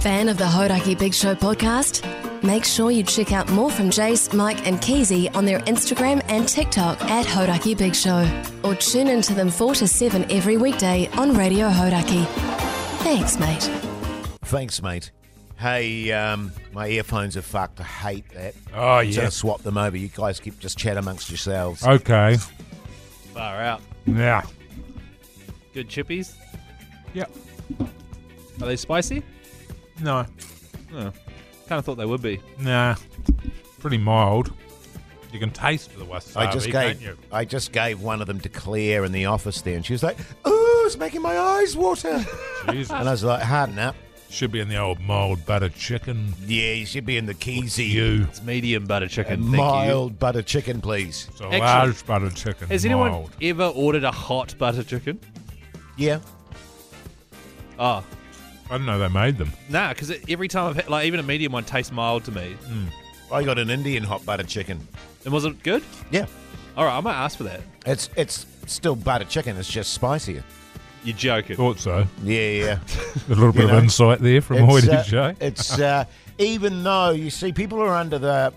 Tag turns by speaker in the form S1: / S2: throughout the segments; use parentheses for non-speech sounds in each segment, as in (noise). S1: Fan of the Hodaki Big Show podcast? Make sure you check out more from Jace, Mike, and Keezy on their Instagram and TikTok at Hodaki Big Show, or tune in to them 4 to 7 every weekday on Radio Hodaki. Thanks, mate.
S2: Thanks, mate. Hey, um, my earphones are fucked. I hate that.
S3: Oh,
S2: I'm
S3: yeah. Oh,
S2: gonna swap them over. You guys keep just chat amongst yourselves.
S3: Okay.
S4: Far out.
S3: Yeah.
S4: Good chippies.
S3: Yep.
S4: Are they spicy?
S3: No.
S4: Oh, kind of thought they would be.
S3: Nah. Pretty mild. You can taste the wasabi,
S2: I just
S3: can't
S2: gave
S3: you?
S2: I just gave one of them to Claire in the office there, and she was like, "Ooh, it's making my eyes water."
S3: Jesus.
S2: and I was like, "Harden up,
S3: Should be in the old mild butter chicken.
S2: yeah, you should be in the Keezy.
S3: You.
S4: It's medium butter chicken. thank you.
S2: Mild butter chicken, please."
S3: It's a
S4: Actually-
S3: large butter chicken.
S4: Has anyone
S3: mild.
S4: ever ordered a hot butter chicken?
S2: Yeah,
S4: Oh,
S3: I didn't know they made them.
S4: nah, because every time I've had, like, even a medium one tastes mild to me.
S2: I got an Indian hot butter chicken.
S4: And was it good?
S2: Yeah,
S4: All right, I might ask for that.
S2: it's it's still butter chicken. It's just spicier.
S4: You're joking.
S3: Thought so.
S2: Yeah, yeah. (laughs)
S3: A little bit
S2: know,
S3: of insight there from
S2: it's,
S3: Hoity
S2: uh,
S3: J.
S2: it's
S3: (laughs)
S2: uh, even though you see people are under the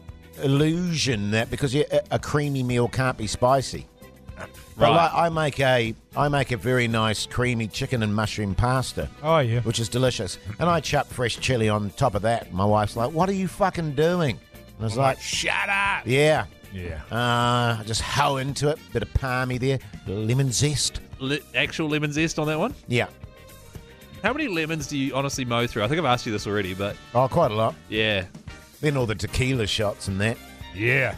S2: illusion that because you, a- a creamy meal can't be spicy. But
S4: Right.
S2: like, I make a I make a very nice creamy chicken and mushroom pasta,
S3: Oh, yeah.
S2: which is delicious, and I chuck fresh chili on top of that. My wife's like, "What are you fucking doing?" And I was like,
S3: Shut up.
S2: "Yeah."
S3: Yeah.
S2: Uh, I just hoe into it, bit of palmy there, bit of lemon zest.
S4: Le- actual lemon zest on that one?
S2: Yeah,
S4: How many lemons do you honestly mow through? I think I've asked you this already, but
S2: oh, quite a lot.
S4: yeah.
S2: Then all the tequila shots and that.
S3: Yeah.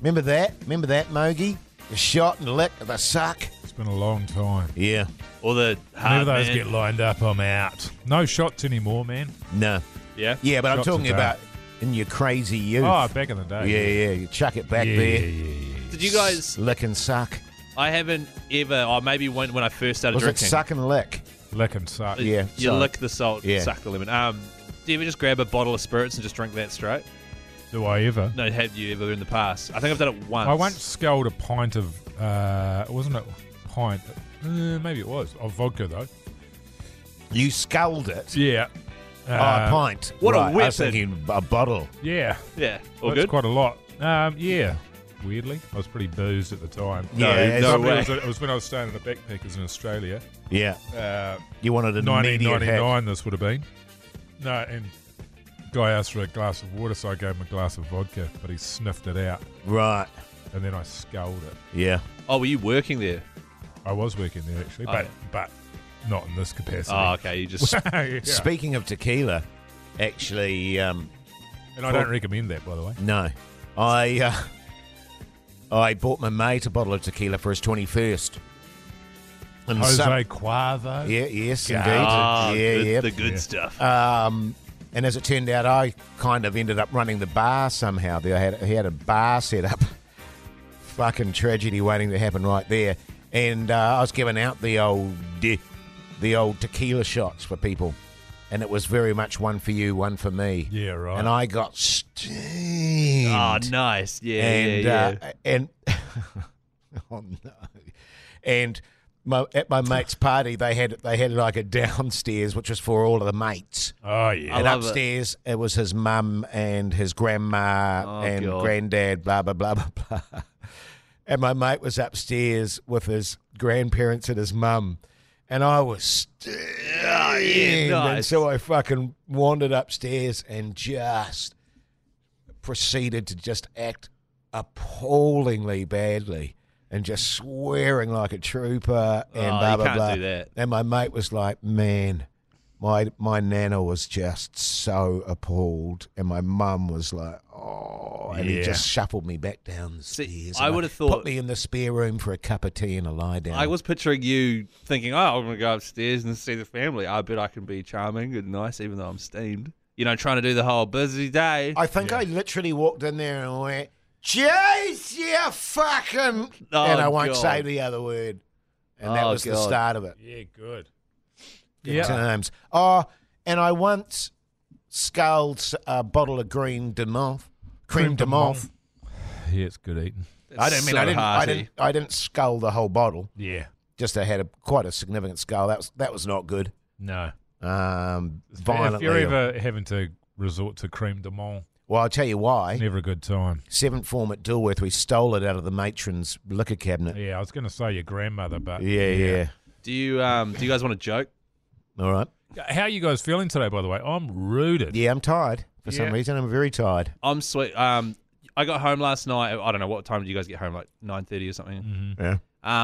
S2: Remember that? Remember that, Mogi? The shot and lick, the suck.
S3: It's been a long time.
S2: Yeah,
S4: Or the hard
S3: Whenever those
S4: man.
S3: get lined up, I'm out. No shots anymore, man.
S2: no,
S4: yeah.
S2: yeah, but
S3: Shots
S2: I'm talking
S3: are bad.
S2: about in your crazy youth.
S3: Oh, back in the
S2: yeah,
S3: day.
S2: yeah, you chuck it back
S3: Yeah,
S2: there.
S3: yeah, yeah, yeah.
S4: Did you guys?
S2: lick and suck?
S4: I haven't ever, or maybe when when I first started
S2: Was
S4: drinking.
S2: it suck and lick?
S3: Lick and suck.
S2: Yeah.
S4: You
S2: sorry.
S4: lick the salt,
S2: Yeah.
S4: suck the lemon. Um, do you ever just grab a bottle of spirits and just drink that straight?
S3: Do I ever?
S4: No, have you ever in the past? I think I've done it once.
S3: I once sculled a pint of, uh, wasn't it a pint? Uh, maybe it was. Of vodka, though.
S2: You sculled it.
S3: Yeah.
S2: Oh,
S3: Uh,
S4: Ah,
S2: a pint.
S4: what a
S2: right, I was
S4: wizard.
S2: thinking a bottle.
S3: Yeah.
S4: Yeah. All
S3: That's
S4: good.
S3: quite a lot. Um, yeah. Weirdly, I was pretty boozed at the time.
S2: No, Yeah, it's-
S4: no
S3: It
S4: way.
S3: was- It was, when I was staying at the backpackers in Australia.
S2: Yeah,
S3: Uh,
S2: you wanted an immediate hit.
S3: 1999, this would have been. No, and guy asked for a glass of water, so I gave him a glass of vodka, but he sniffed it out,
S2: Right.
S3: and then I sculled it.
S2: Yeah.
S4: Oh, were you working there?
S3: I was working there actually,
S4: Oh,
S3: but
S4: yeah.
S3: but not in this capacity.
S4: Oh, okay.
S2: (laughs)
S4: You
S3: (laughs)
S4: just
S3: Yeah.
S2: Speaking of tequila, actually, um,
S3: and I don't recommend that, by the way.
S2: no, I uh, I bought my mate a bottle of tequila for his twenty first. And
S3: Jose
S2: some-
S3: Cuervo.
S2: yeah, yes,
S3: God.
S2: indeed,
S4: ah,
S2: yeah,
S4: good-
S2: yeah.
S4: the good stuff.
S2: Um, and as it turned out, I kind of ended up running the bar somehow. There, I had he had a bar set up. Fucking tragedy waiting to happen right there. And uh, I was giving out the old the old tequila shots for people, and it was very much one for you, one for me.
S3: Yeah, right.
S2: And I got steamed.
S4: Ah, nice. Yeah,
S2: and
S4: yeah, yeah.
S2: Uh, and (laughs) oh no, and. My, at my mate's party, they had they had like a downstairs, which was for all of the mates
S3: Oh yeah.
S2: and
S4: love it.
S2: upstairs it. was his mum and his grandma
S4: Oh,
S2: and
S4: God.
S2: granddad, blah blah (laughs) blah blah blah. And my mate was upstairs with his grandparents and his mum, and I was steamed. And
S4: nice.
S2: so I fucking wandered upstairs and just proceeded to just act appallingly badly. And just swearing like a trooper and
S4: Oh,
S2: blah
S4: you
S2: blah
S4: can't
S2: blah.
S4: do that.
S2: And my mate was like, "Man, my my nana was just so appalled, and my mum was like, oh, and he
S3: Yeah.
S2: just shuffled me back down the
S4: See,
S2: stairs.
S4: I
S2: and,
S4: would've
S2: like,
S4: thought-
S2: put me in the spare room for a cup of tea and a lie down.
S4: I was picturing you thinking, "Oh, I'm gonna go upstairs and see the family. I bet I can be charming and nice, even though I'm steamed." You know, trying to do the whole busy day.
S2: I think I literally walked in there and went, "Jeez, you fucking,"
S4: Oh,
S2: and I won't
S4: God.
S2: say the other word, and that
S4: Oh,
S2: was the
S4: God.
S2: start of it.
S3: Yeah, good.
S2: Good
S3: Yeah.
S2: times. Oh, and I once sculled a bottle of green de menthe, creme de menthe.
S3: Yeah, it's good eating.
S2: I don't mean
S4: So
S2: I didn't
S4: hearty.
S2: I didn't I didn't scull the whole bottle.
S3: Yeah.
S2: Just I had a quite a significant scull. That was that was not good.
S3: No.
S2: um,
S3: If
S2: violently.
S3: you're ever having to resort to creme de menthe,
S2: well, I'll tell you why.
S3: never a good time.
S2: Seventh form at Dilworth, we stole it out of the matron's liquor cabinet.
S3: Yeah, I was going to say your grandmother, but
S2: Yeah, yeah.
S4: Do you um do you guys want to joke?
S2: All right.
S3: How are you guys feeling today? By the way, I'm rooted.
S2: Yeah, I'm tired for
S3: Yeah.
S2: some reason. I'm very tired.
S4: I'm sweet. Um, I got home last night. I don't know what time did you guys get home, like nine thirty or something.
S3: Mm.
S2: Yeah.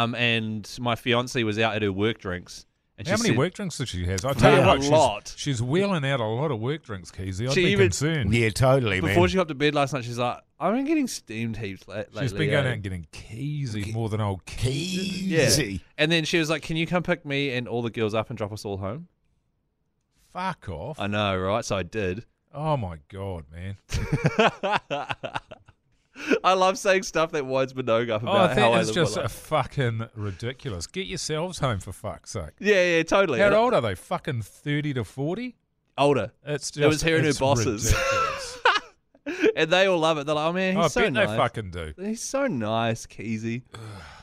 S4: Um, and my fiance was out at her work drinks. And
S3: How
S4: she
S3: many
S4: said-
S3: work drinks that she has? I tell you
S4: Yeah,
S3: what,
S4: a
S3: she's,
S4: lot.
S3: she's wheeling out a lot of work drinks, Keezy. I'd
S4: She
S3: be
S4: even-
S3: concerned.
S2: Yeah, totally,
S4: Before
S2: man.
S4: she got to bed last night, she's like, "I've been getting steamed heaps la- lately."
S3: She's been going
S4: eh?" (laughs)
S3: out and getting Keezy more than old Keezy.
S2: Easy.
S4: And then she was like, "Can you come pick me and all the girls up and drop us all home?"
S3: Fuck off.
S4: I know, right? So I did. (laughs)
S3: Oh my god, man.
S4: I love saying stuff that winds Minogue up
S3: Oh,
S4: about how
S3: that
S4: I
S3: is
S4: live
S3: just
S4: my
S3: a
S4: life.
S3: fucking ridiculous. Get yourselves home for fuck's sake.
S4: Yeah, yeah, totally.
S3: How old are they? Fucking thirty to forty?
S4: Older.
S3: It's just
S4: It was her and her
S3: it's
S4: bosses. (laughs)
S3: ridiculous.
S4: And they all love it. They're like, "Oh man,
S3: Oh,
S4: he's
S3: I
S4: so
S3: bet
S4: nice."
S3: they fucking do.
S4: He's so nice, Keezy.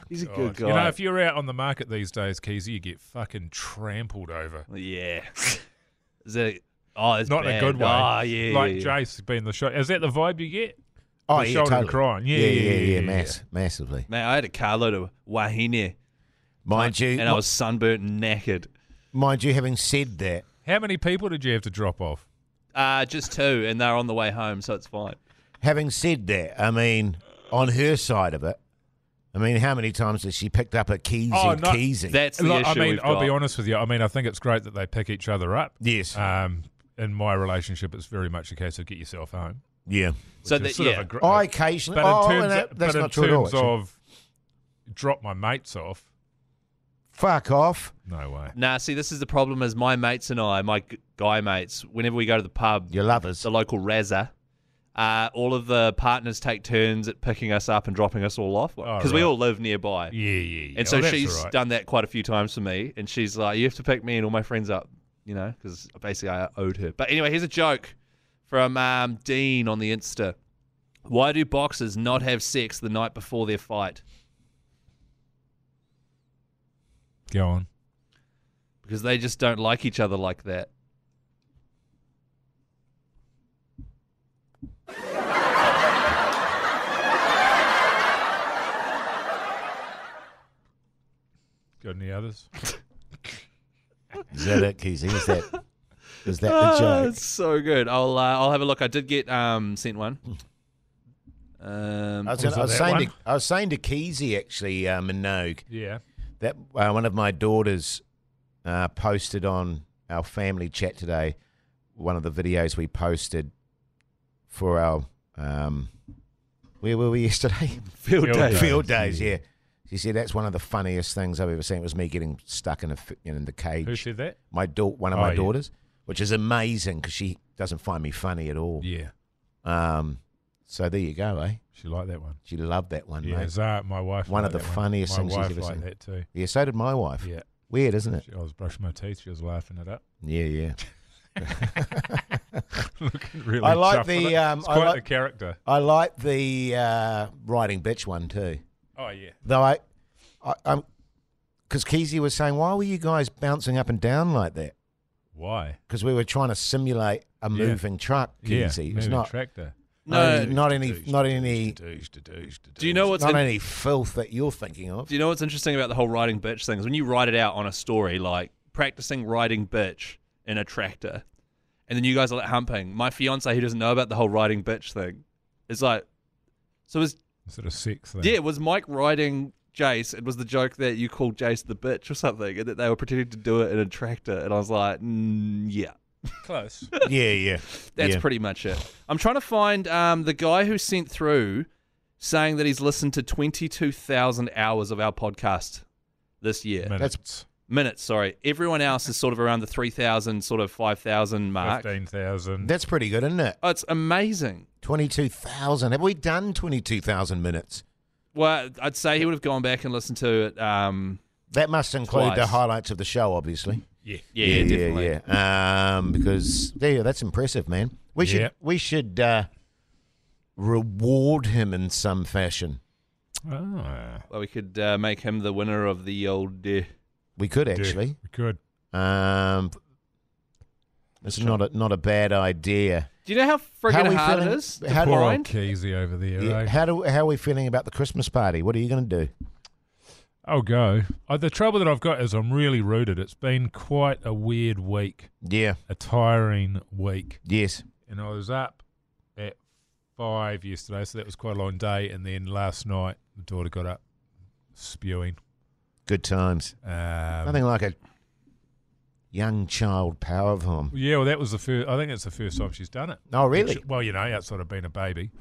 S4: He's a
S3: God.
S4: good guy.
S3: You know, if you're out on the market these days, Keezy, you get fucking trampled over.
S4: yeah. (laughs) Is it? Oh, it's
S3: Not in a
S4: bad.
S3: good way.
S4: Oh, yeah.
S3: Like
S4: yeah, yeah.
S3: Jace being the shot. Is that the vibe you get?
S2: Oh,
S3: The
S2: yeah,
S3: shoulder
S2: totally.
S3: crying. Yeah,
S2: yeah, yeah,
S3: yeah, yeah, yeah.
S2: Mass, massively.
S4: Mate, I had a carload of wahine
S2: Mind you,
S4: and I was sunburnt and knackered.
S2: mind you, having said that,
S3: How many people did you have to drop off?
S4: Uh, just two, and they're on the way home, so it's fine.
S2: having said that, I mean, on her side of it, I mean, how many times has she picked up a keezy,
S3: Oh, no,
S2: keezy?
S4: That's the
S3: Look,
S4: issue
S3: I mean,
S4: we've
S3: I'll be
S4: got.
S3: honest with you. I mean, I think it's great that they pick each other up.
S2: yes,
S3: Um, in my relationship, it's very much a case of get yourself home.
S2: yeah.
S4: So
S3: It's
S4: that,
S3: sort of
S4: yeah,
S3: a gr-
S2: I occasionally,
S3: but in
S2: oh,
S3: terms,
S2: no,
S3: of,
S2: that's
S3: but in
S2: not true at all.
S3: terms
S2: actually.
S3: of drop my mates off,
S2: Fuck off.
S3: no way.
S4: nah. See, this is the problem: is my mates and I, my g- guy mates, whenever we go to the pub,
S2: Your lovers. (laughs)
S4: the local razza, uh, all of the partners take turns at picking us up and dropping us all off
S3: Oh,
S4: because we
S3: right.
S4: all live nearby.
S3: Yeah, yeah, yeah.
S4: And
S3: Oh,
S4: so
S3: that's
S4: she's
S3: all right.
S4: done that quite a few times for me, and she's like, "You have to pick me and all my friends up," you know, because basically I owed her. But anyway, here's a joke from um, Dean on the Insta: Why do boxers not have sex the night before their fight?
S3: Go on.
S4: Because they just don't like each other like that.
S3: Got any others?
S2: Is that it, keezy? Is that, is that the
S4: Ah,
S2: joke?
S4: it's so good. I'll uh, I'll have a look. I did get um,
S2: (laughs)
S4: sent one. Um,
S2: I was,
S3: Was
S2: I
S3: it
S2: was
S3: that
S2: saying to,
S3: one?
S2: I was saying to Keezy actually, uh, Minogue,
S3: Yeah.
S2: that uh, one of my daughters uh, posted on our family chat today one of the videos we posted for our um, where were we yesterday (laughs)
S3: Field
S4: field day.
S3: Days,
S2: field days
S3: yeah.
S2: yeah she said that's one of the funniest things I've ever seen it was me getting stuck in a fi- in the
S3: Who
S2: cage
S3: said that?
S2: my da- one of
S3: Oh,
S2: my
S3: yeah.
S2: daughters which is amazing because she doesn't find me funny at all
S3: Yeah.
S2: um, so there you go eh
S3: She liked that one.
S2: she loved that one
S3: Yeah,
S2: mate
S3: Zara, my wife.
S2: One of
S3: liked
S2: the
S3: that
S2: funniest
S3: my
S2: things she's
S3: wife
S2: ever
S3: liked
S2: seen.
S3: That too.
S2: yeah so did my wife
S3: Yeah.
S2: weird isn't it
S3: She- I was brushing my teeth. She was
S2: (laughs)
S3: laughing it up. (laughs)
S2: yeah yeah
S3: Looking really
S2: I like
S3: chuffed
S2: the,
S3: with it.
S2: um,
S3: it's
S2: I
S3: quite
S2: like-
S3: the character.
S2: I like the uh, riding bitch one too.
S3: Oh yeah.
S2: Though I, I I'm, because Keezy was saying, why were you guys bouncing up and down like that?
S3: Why?
S2: Because we were trying to simulate a moving truck,
S3: yeah.
S2: Keezy. it's
S3: moving
S2: not
S3: tractor.
S4: No.
S2: no, not any, not any,
S3: Doosh, da doosh, da
S4: Do you
S3: doosh.
S4: know what's
S2: not
S4: in-
S2: any filth that you're thinking of.
S4: Do you know what's interesting about the whole writing bitch thing? Is when you write it out on a story, like practicing writing bitch in a tractor, and then you guys are like humping. My fiance, who doesn't know about the whole writing bitch thing, is like, so was
S3: Is it a sex thing?
S4: yeah, was Mike riding Jace? It was the joke that you called Jace the bitch or something, and that they were pretending to do it in a tractor, and I was like, mm, yeah.
S3: Close.
S2: yeah, yeah,
S4: That's
S2: yeah.
S4: pretty much it. I'm trying to find um, the guy who sent through saying that he's listened to 22,000 hours of our podcast this year.
S3: Minutes.
S4: Minutes, sorry. Everyone else is sort of around the 3,000, sort of 5,000 mark.
S3: Fifteen thousand.
S2: That's pretty good, isn't it?
S4: Oh, it's amazing.
S2: Twenty-two thousand. Have we done twenty-two thousand minutes?
S4: Well, I'd say he would have gone back and listened to it. Um,
S2: That must include the
S4: Twice.
S2: highlights of the show, obviously.
S3: Yeah.
S4: yeah, yeah, definitely.
S2: yeah, yeah. Um, because yeah, that's impressive, man. We
S3: Yeah.
S2: should we should uh, reward him in some fashion.
S3: Ah.
S4: Well, we could uh, make him the winner of the old. Uh,
S2: We could
S3: Dude,
S2: actually.
S3: Good.
S2: Um, It's not a, not a bad idea.
S4: Do you know how
S2: How
S4: friggin'
S2: we
S4: hard
S2: feeling?
S4: it is? to
S2: How do
S3: Poor
S2: I-
S3: old
S4: find?
S3: Keezy over there.
S2: Yeah,
S3: eh?
S2: How do how are we feeling about the Christmas party? What are you going to do?
S3: I'll go. Uh, the trouble that I've got is I'm really rooted. It's been quite a weird week,
S2: Yeah.
S3: a tiring week,
S2: Yes.
S3: and I was up at five yesterday, so that was quite a long day. And then last night, my daughter got up spewing.
S2: Good times.
S3: Um,
S2: Nothing like a young child power vom.
S3: Yeah, well, that was the first. I think it's the first time she's done it.
S2: Oh, really?
S3: Which- well, you know, outside of being a baby.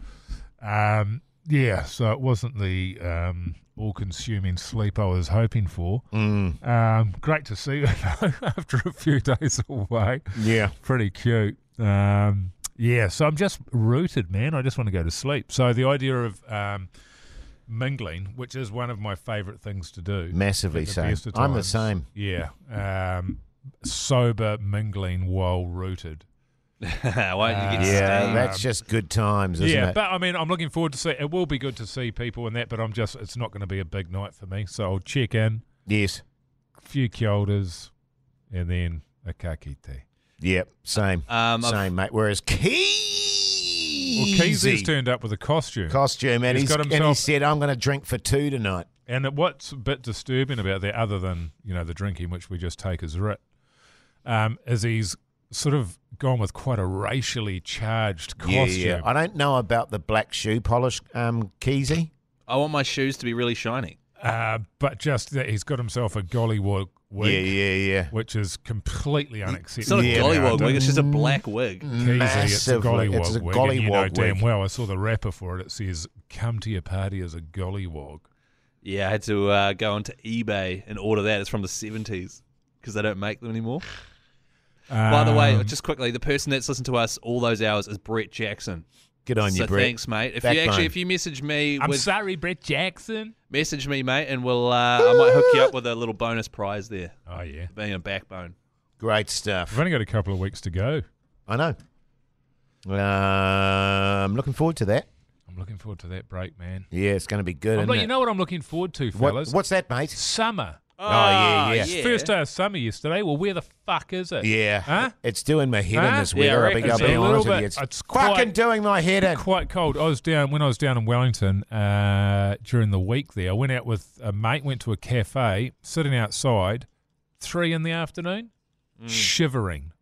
S3: Um, yeah, so it wasn't the um, all-consuming sleep I was hoping for.
S2: Mm.
S3: Um, great to see her (laughs) though, after a few days away.
S2: Yeah.
S3: Pretty cute. Um, yeah, so I'm just rooted, man. I just want to go to sleep. So the idea of um, mingling, which is one of my favourite things to do,
S2: Massively
S3: at the
S2: so.
S3: best of
S2: I'm the
S3: times.
S2: same.
S3: Yeah, um, sober mingling while rooted.
S4: (laughs) Why don't you get
S2: Yeah,
S4: stained?
S2: that's just good times, isn't
S3: yeah,
S2: it?
S3: but I mean, I'm looking forward to see. It will be good to see people and that, but I'm just it's not going to be a big night for me. So I'll check in,
S2: yes.
S3: a few kyotas, and then a kakite.
S2: Yep. Same.
S4: Um, I've-
S2: same, mate. Whereas Keezy.
S3: Well, Keezy's turned up with a costume.
S2: Costume, and,
S3: He's
S2: he's
S3: got
S2: and he
S3: himself-
S2: said, I'm going to drink for two tonight.
S3: And what's a bit disturbing about that, other than you know the drinking, which we just take as writ, um, is he's sort of gone with quite a racially charged costume.
S2: Yeah, yeah. I don't know about the black shoe polish, um, Keezy.
S4: I want my shoes to be really shiny.
S3: Uh, but just that he's got himself a gollywog wig,
S2: Yeah, yeah, yeah.
S3: which is completely
S4: It's not
S3: unacceptable.
S4: a
S2: Yeah,
S4: gollywog
S3: nowadays.
S4: wig. It's just a black wig.
S3: Keezy, it's a
S2: Massively.
S3: gollywog
S2: It's a
S3: wig. and you know
S2: gollywog
S3: damn
S2: wig.
S3: well. I saw the rapper for it. It says, "Come to your party as a gollywog."
S4: Yeah, I had to uh, go onto eBay and order that. It's from the 70s because they don't make them anymore. By the way,
S3: Um,
S4: just quickly, the person that's listened to us all those hours is Brett Jackson.
S2: Good on
S4: so
S2: you, Brett.
S4: thanks, mate. If you
S2: Backbone.
S4: actually, if you message me,
S3: I'm
S4: with,
S3: sorry, Brett Jackson.
S4: message me, mate, and we'll, uh, I might hook you up with a little bonus prize there,
S3: Oh yeah,
S4: being a backbone.
S2: Great
S3: I've
S2: stuff.
S3: only got a couple of weeks to go.
S2: I know. Uh, I'm looking forward to that.
S3: I'm looking forward to that break, man.
S2: Yeah, it's going to be good.
S3: I'm
S2: isn't
S3: like, you
S2: it?
S3: know what I'm looking forward to,
S2: What-
S3: fellas?
S2: what's that, mate?
S3: Summer.
S2: Oh,
S4: Ah,
S2: yeah, yeah.
S3: First day of summer yesterday. Well, where the fuck is it?
S2: Yeah.
S3: Huh?
S2: It's doing my head
S3: Huh?
S2: in this
S4: Yeah, I
S2: weather.
S4: reckon
S2: I'll be,
S4: so.
S2: I'll be
S4: A
S2: honest
S3: little
S2: with you.
S3: bit.
S2: It's,
S3: It's quite-
S2: fucking doing my head in.
S3: Quite cold. I was down when I was down in Wellington uh, during the week. There, I went out with a mate. Went to a cafe, sitting outside, three in the afternoon,
S2: Mm.
S3: shivering,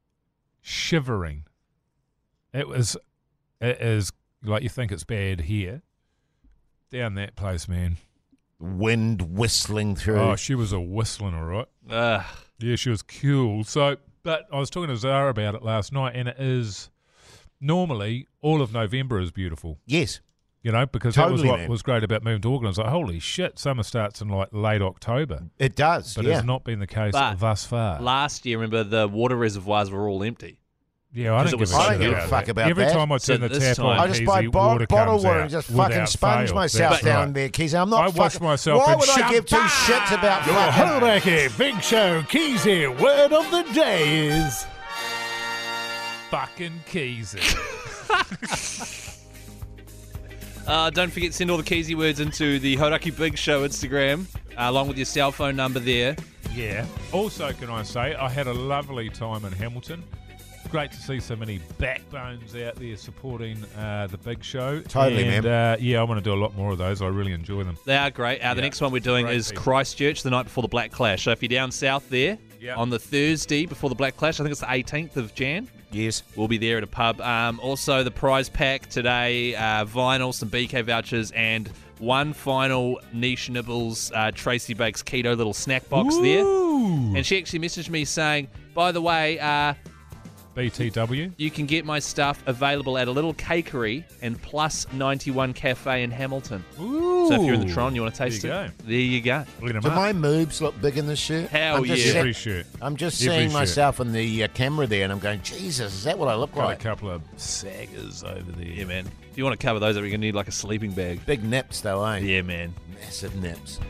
S3: shivering. It was, it is like you think it's bad here. Down that place, man.
S2: Wind whistling through.
S3: Oh, she was a whistling, all right.
S4: Ugh.
S3: Yeah, she was cool. So, but I was talking to Zara about it last night, and it is normally all of November is beautiful,
S2: yes.
S3: you know, because that was
S2: Totally,
S3: what
S2: man.
S3: was great about moving to Auckland. I was like, holy shit, summer starts in like late October,
S2: It does.
S3: but
S2: yeah.
S3: it's not been the case
S4: But
S3: thus far.
S4: Last year, remember, the water reservoirs were all empty.
S3: yeah, I
S4: 'cause
S3: don't
S4: it was
S3: give a shit
S4: so good. I don't give a
S3: about
S2: fuck
S3: that.
S2: about
S3: Every
S2: that.
S3: time I turn
S4: So
S3: the
S4: this
S3: tap
S4: time-
S3: on,
S2: I just buy
S3: Keezy,
S2: bo-
S3: water
S2: bottled
S3: comes
S2: water
S3: out
S2: and just
S3: without
S2: fucking sponge
S3: fail.
S2: myself
S3: That's
S2: down
S3: right.
S2: there, Keezy. I'm not
S3: I
S2: fucking,
S3: wash myself
S2: Why
S3: in
S2: would I give two
S3: champagne.
S2: shits about
S3: You're
S2: fucking...
S5: Harakiri Big Show Keezy word of the day is
S3: Fucking Keezy. (laughs)
S4: Uh, don't forget to send all the Keezy words into the Hodaki Big Show Instagram, uh, along with your cell phone number there.
S3: Yeah. Also, can I say, I had a lovely time in Hamilton. Great to see so many backbones out there supporting uh, the big show.
S2: Totally,
S3: and, Uh, yeah, I want to do a lot more of those. I really enjoy them.
S4: They are great. Uh, the
S3: Yeah.
S4: next one we're doing
S3: Great
S4: is
S3: people.
S4: Christchurch the night before the Black Clash. So if you're down south there
S3: Yeah.
S4: on the Thursday before the Black Clash, I think it's the 18th of Jan,
S2: Yes.
S4: we'll be there at a pub. Um, also, the prize pack today uh, vinyl, some BK vouchers, and one final niche nibbles uh, Tracy Bakes keto little snack box there.
S3: Ooh.
S4: And she actually messaged me saying, by the way, uh,
S3: BTW.
S4: you can get my stuff available at a little cakery and plus 91 cafe in Hamilton.
S3: Ooh.
S4: So if you're in the Tron, you want to taste
S3: there you
S4: it? There you
S3: Go.
S4: go.
S3: Look at
S2: Do
S3: them up.
S2: my moobs look big in this shirt?
S4: Hell
S2: I'm just
S4: yeah.
S2: se-
S3: Every shirt.
S2: I'm just
S3: Every
S2: seeing
S3: shirt.
S2: myself in the uh, camera there, and I'm going, Jesus, is that what I look
S3: Got a
S2: like?
S3: couple of saggers over there.
S4: Yeah, man. If you want to cover those up, you're going to need like a sleeping bag.
S2: Big nips, though, eh?
S4: Yeah, man.
S2: Massive nips.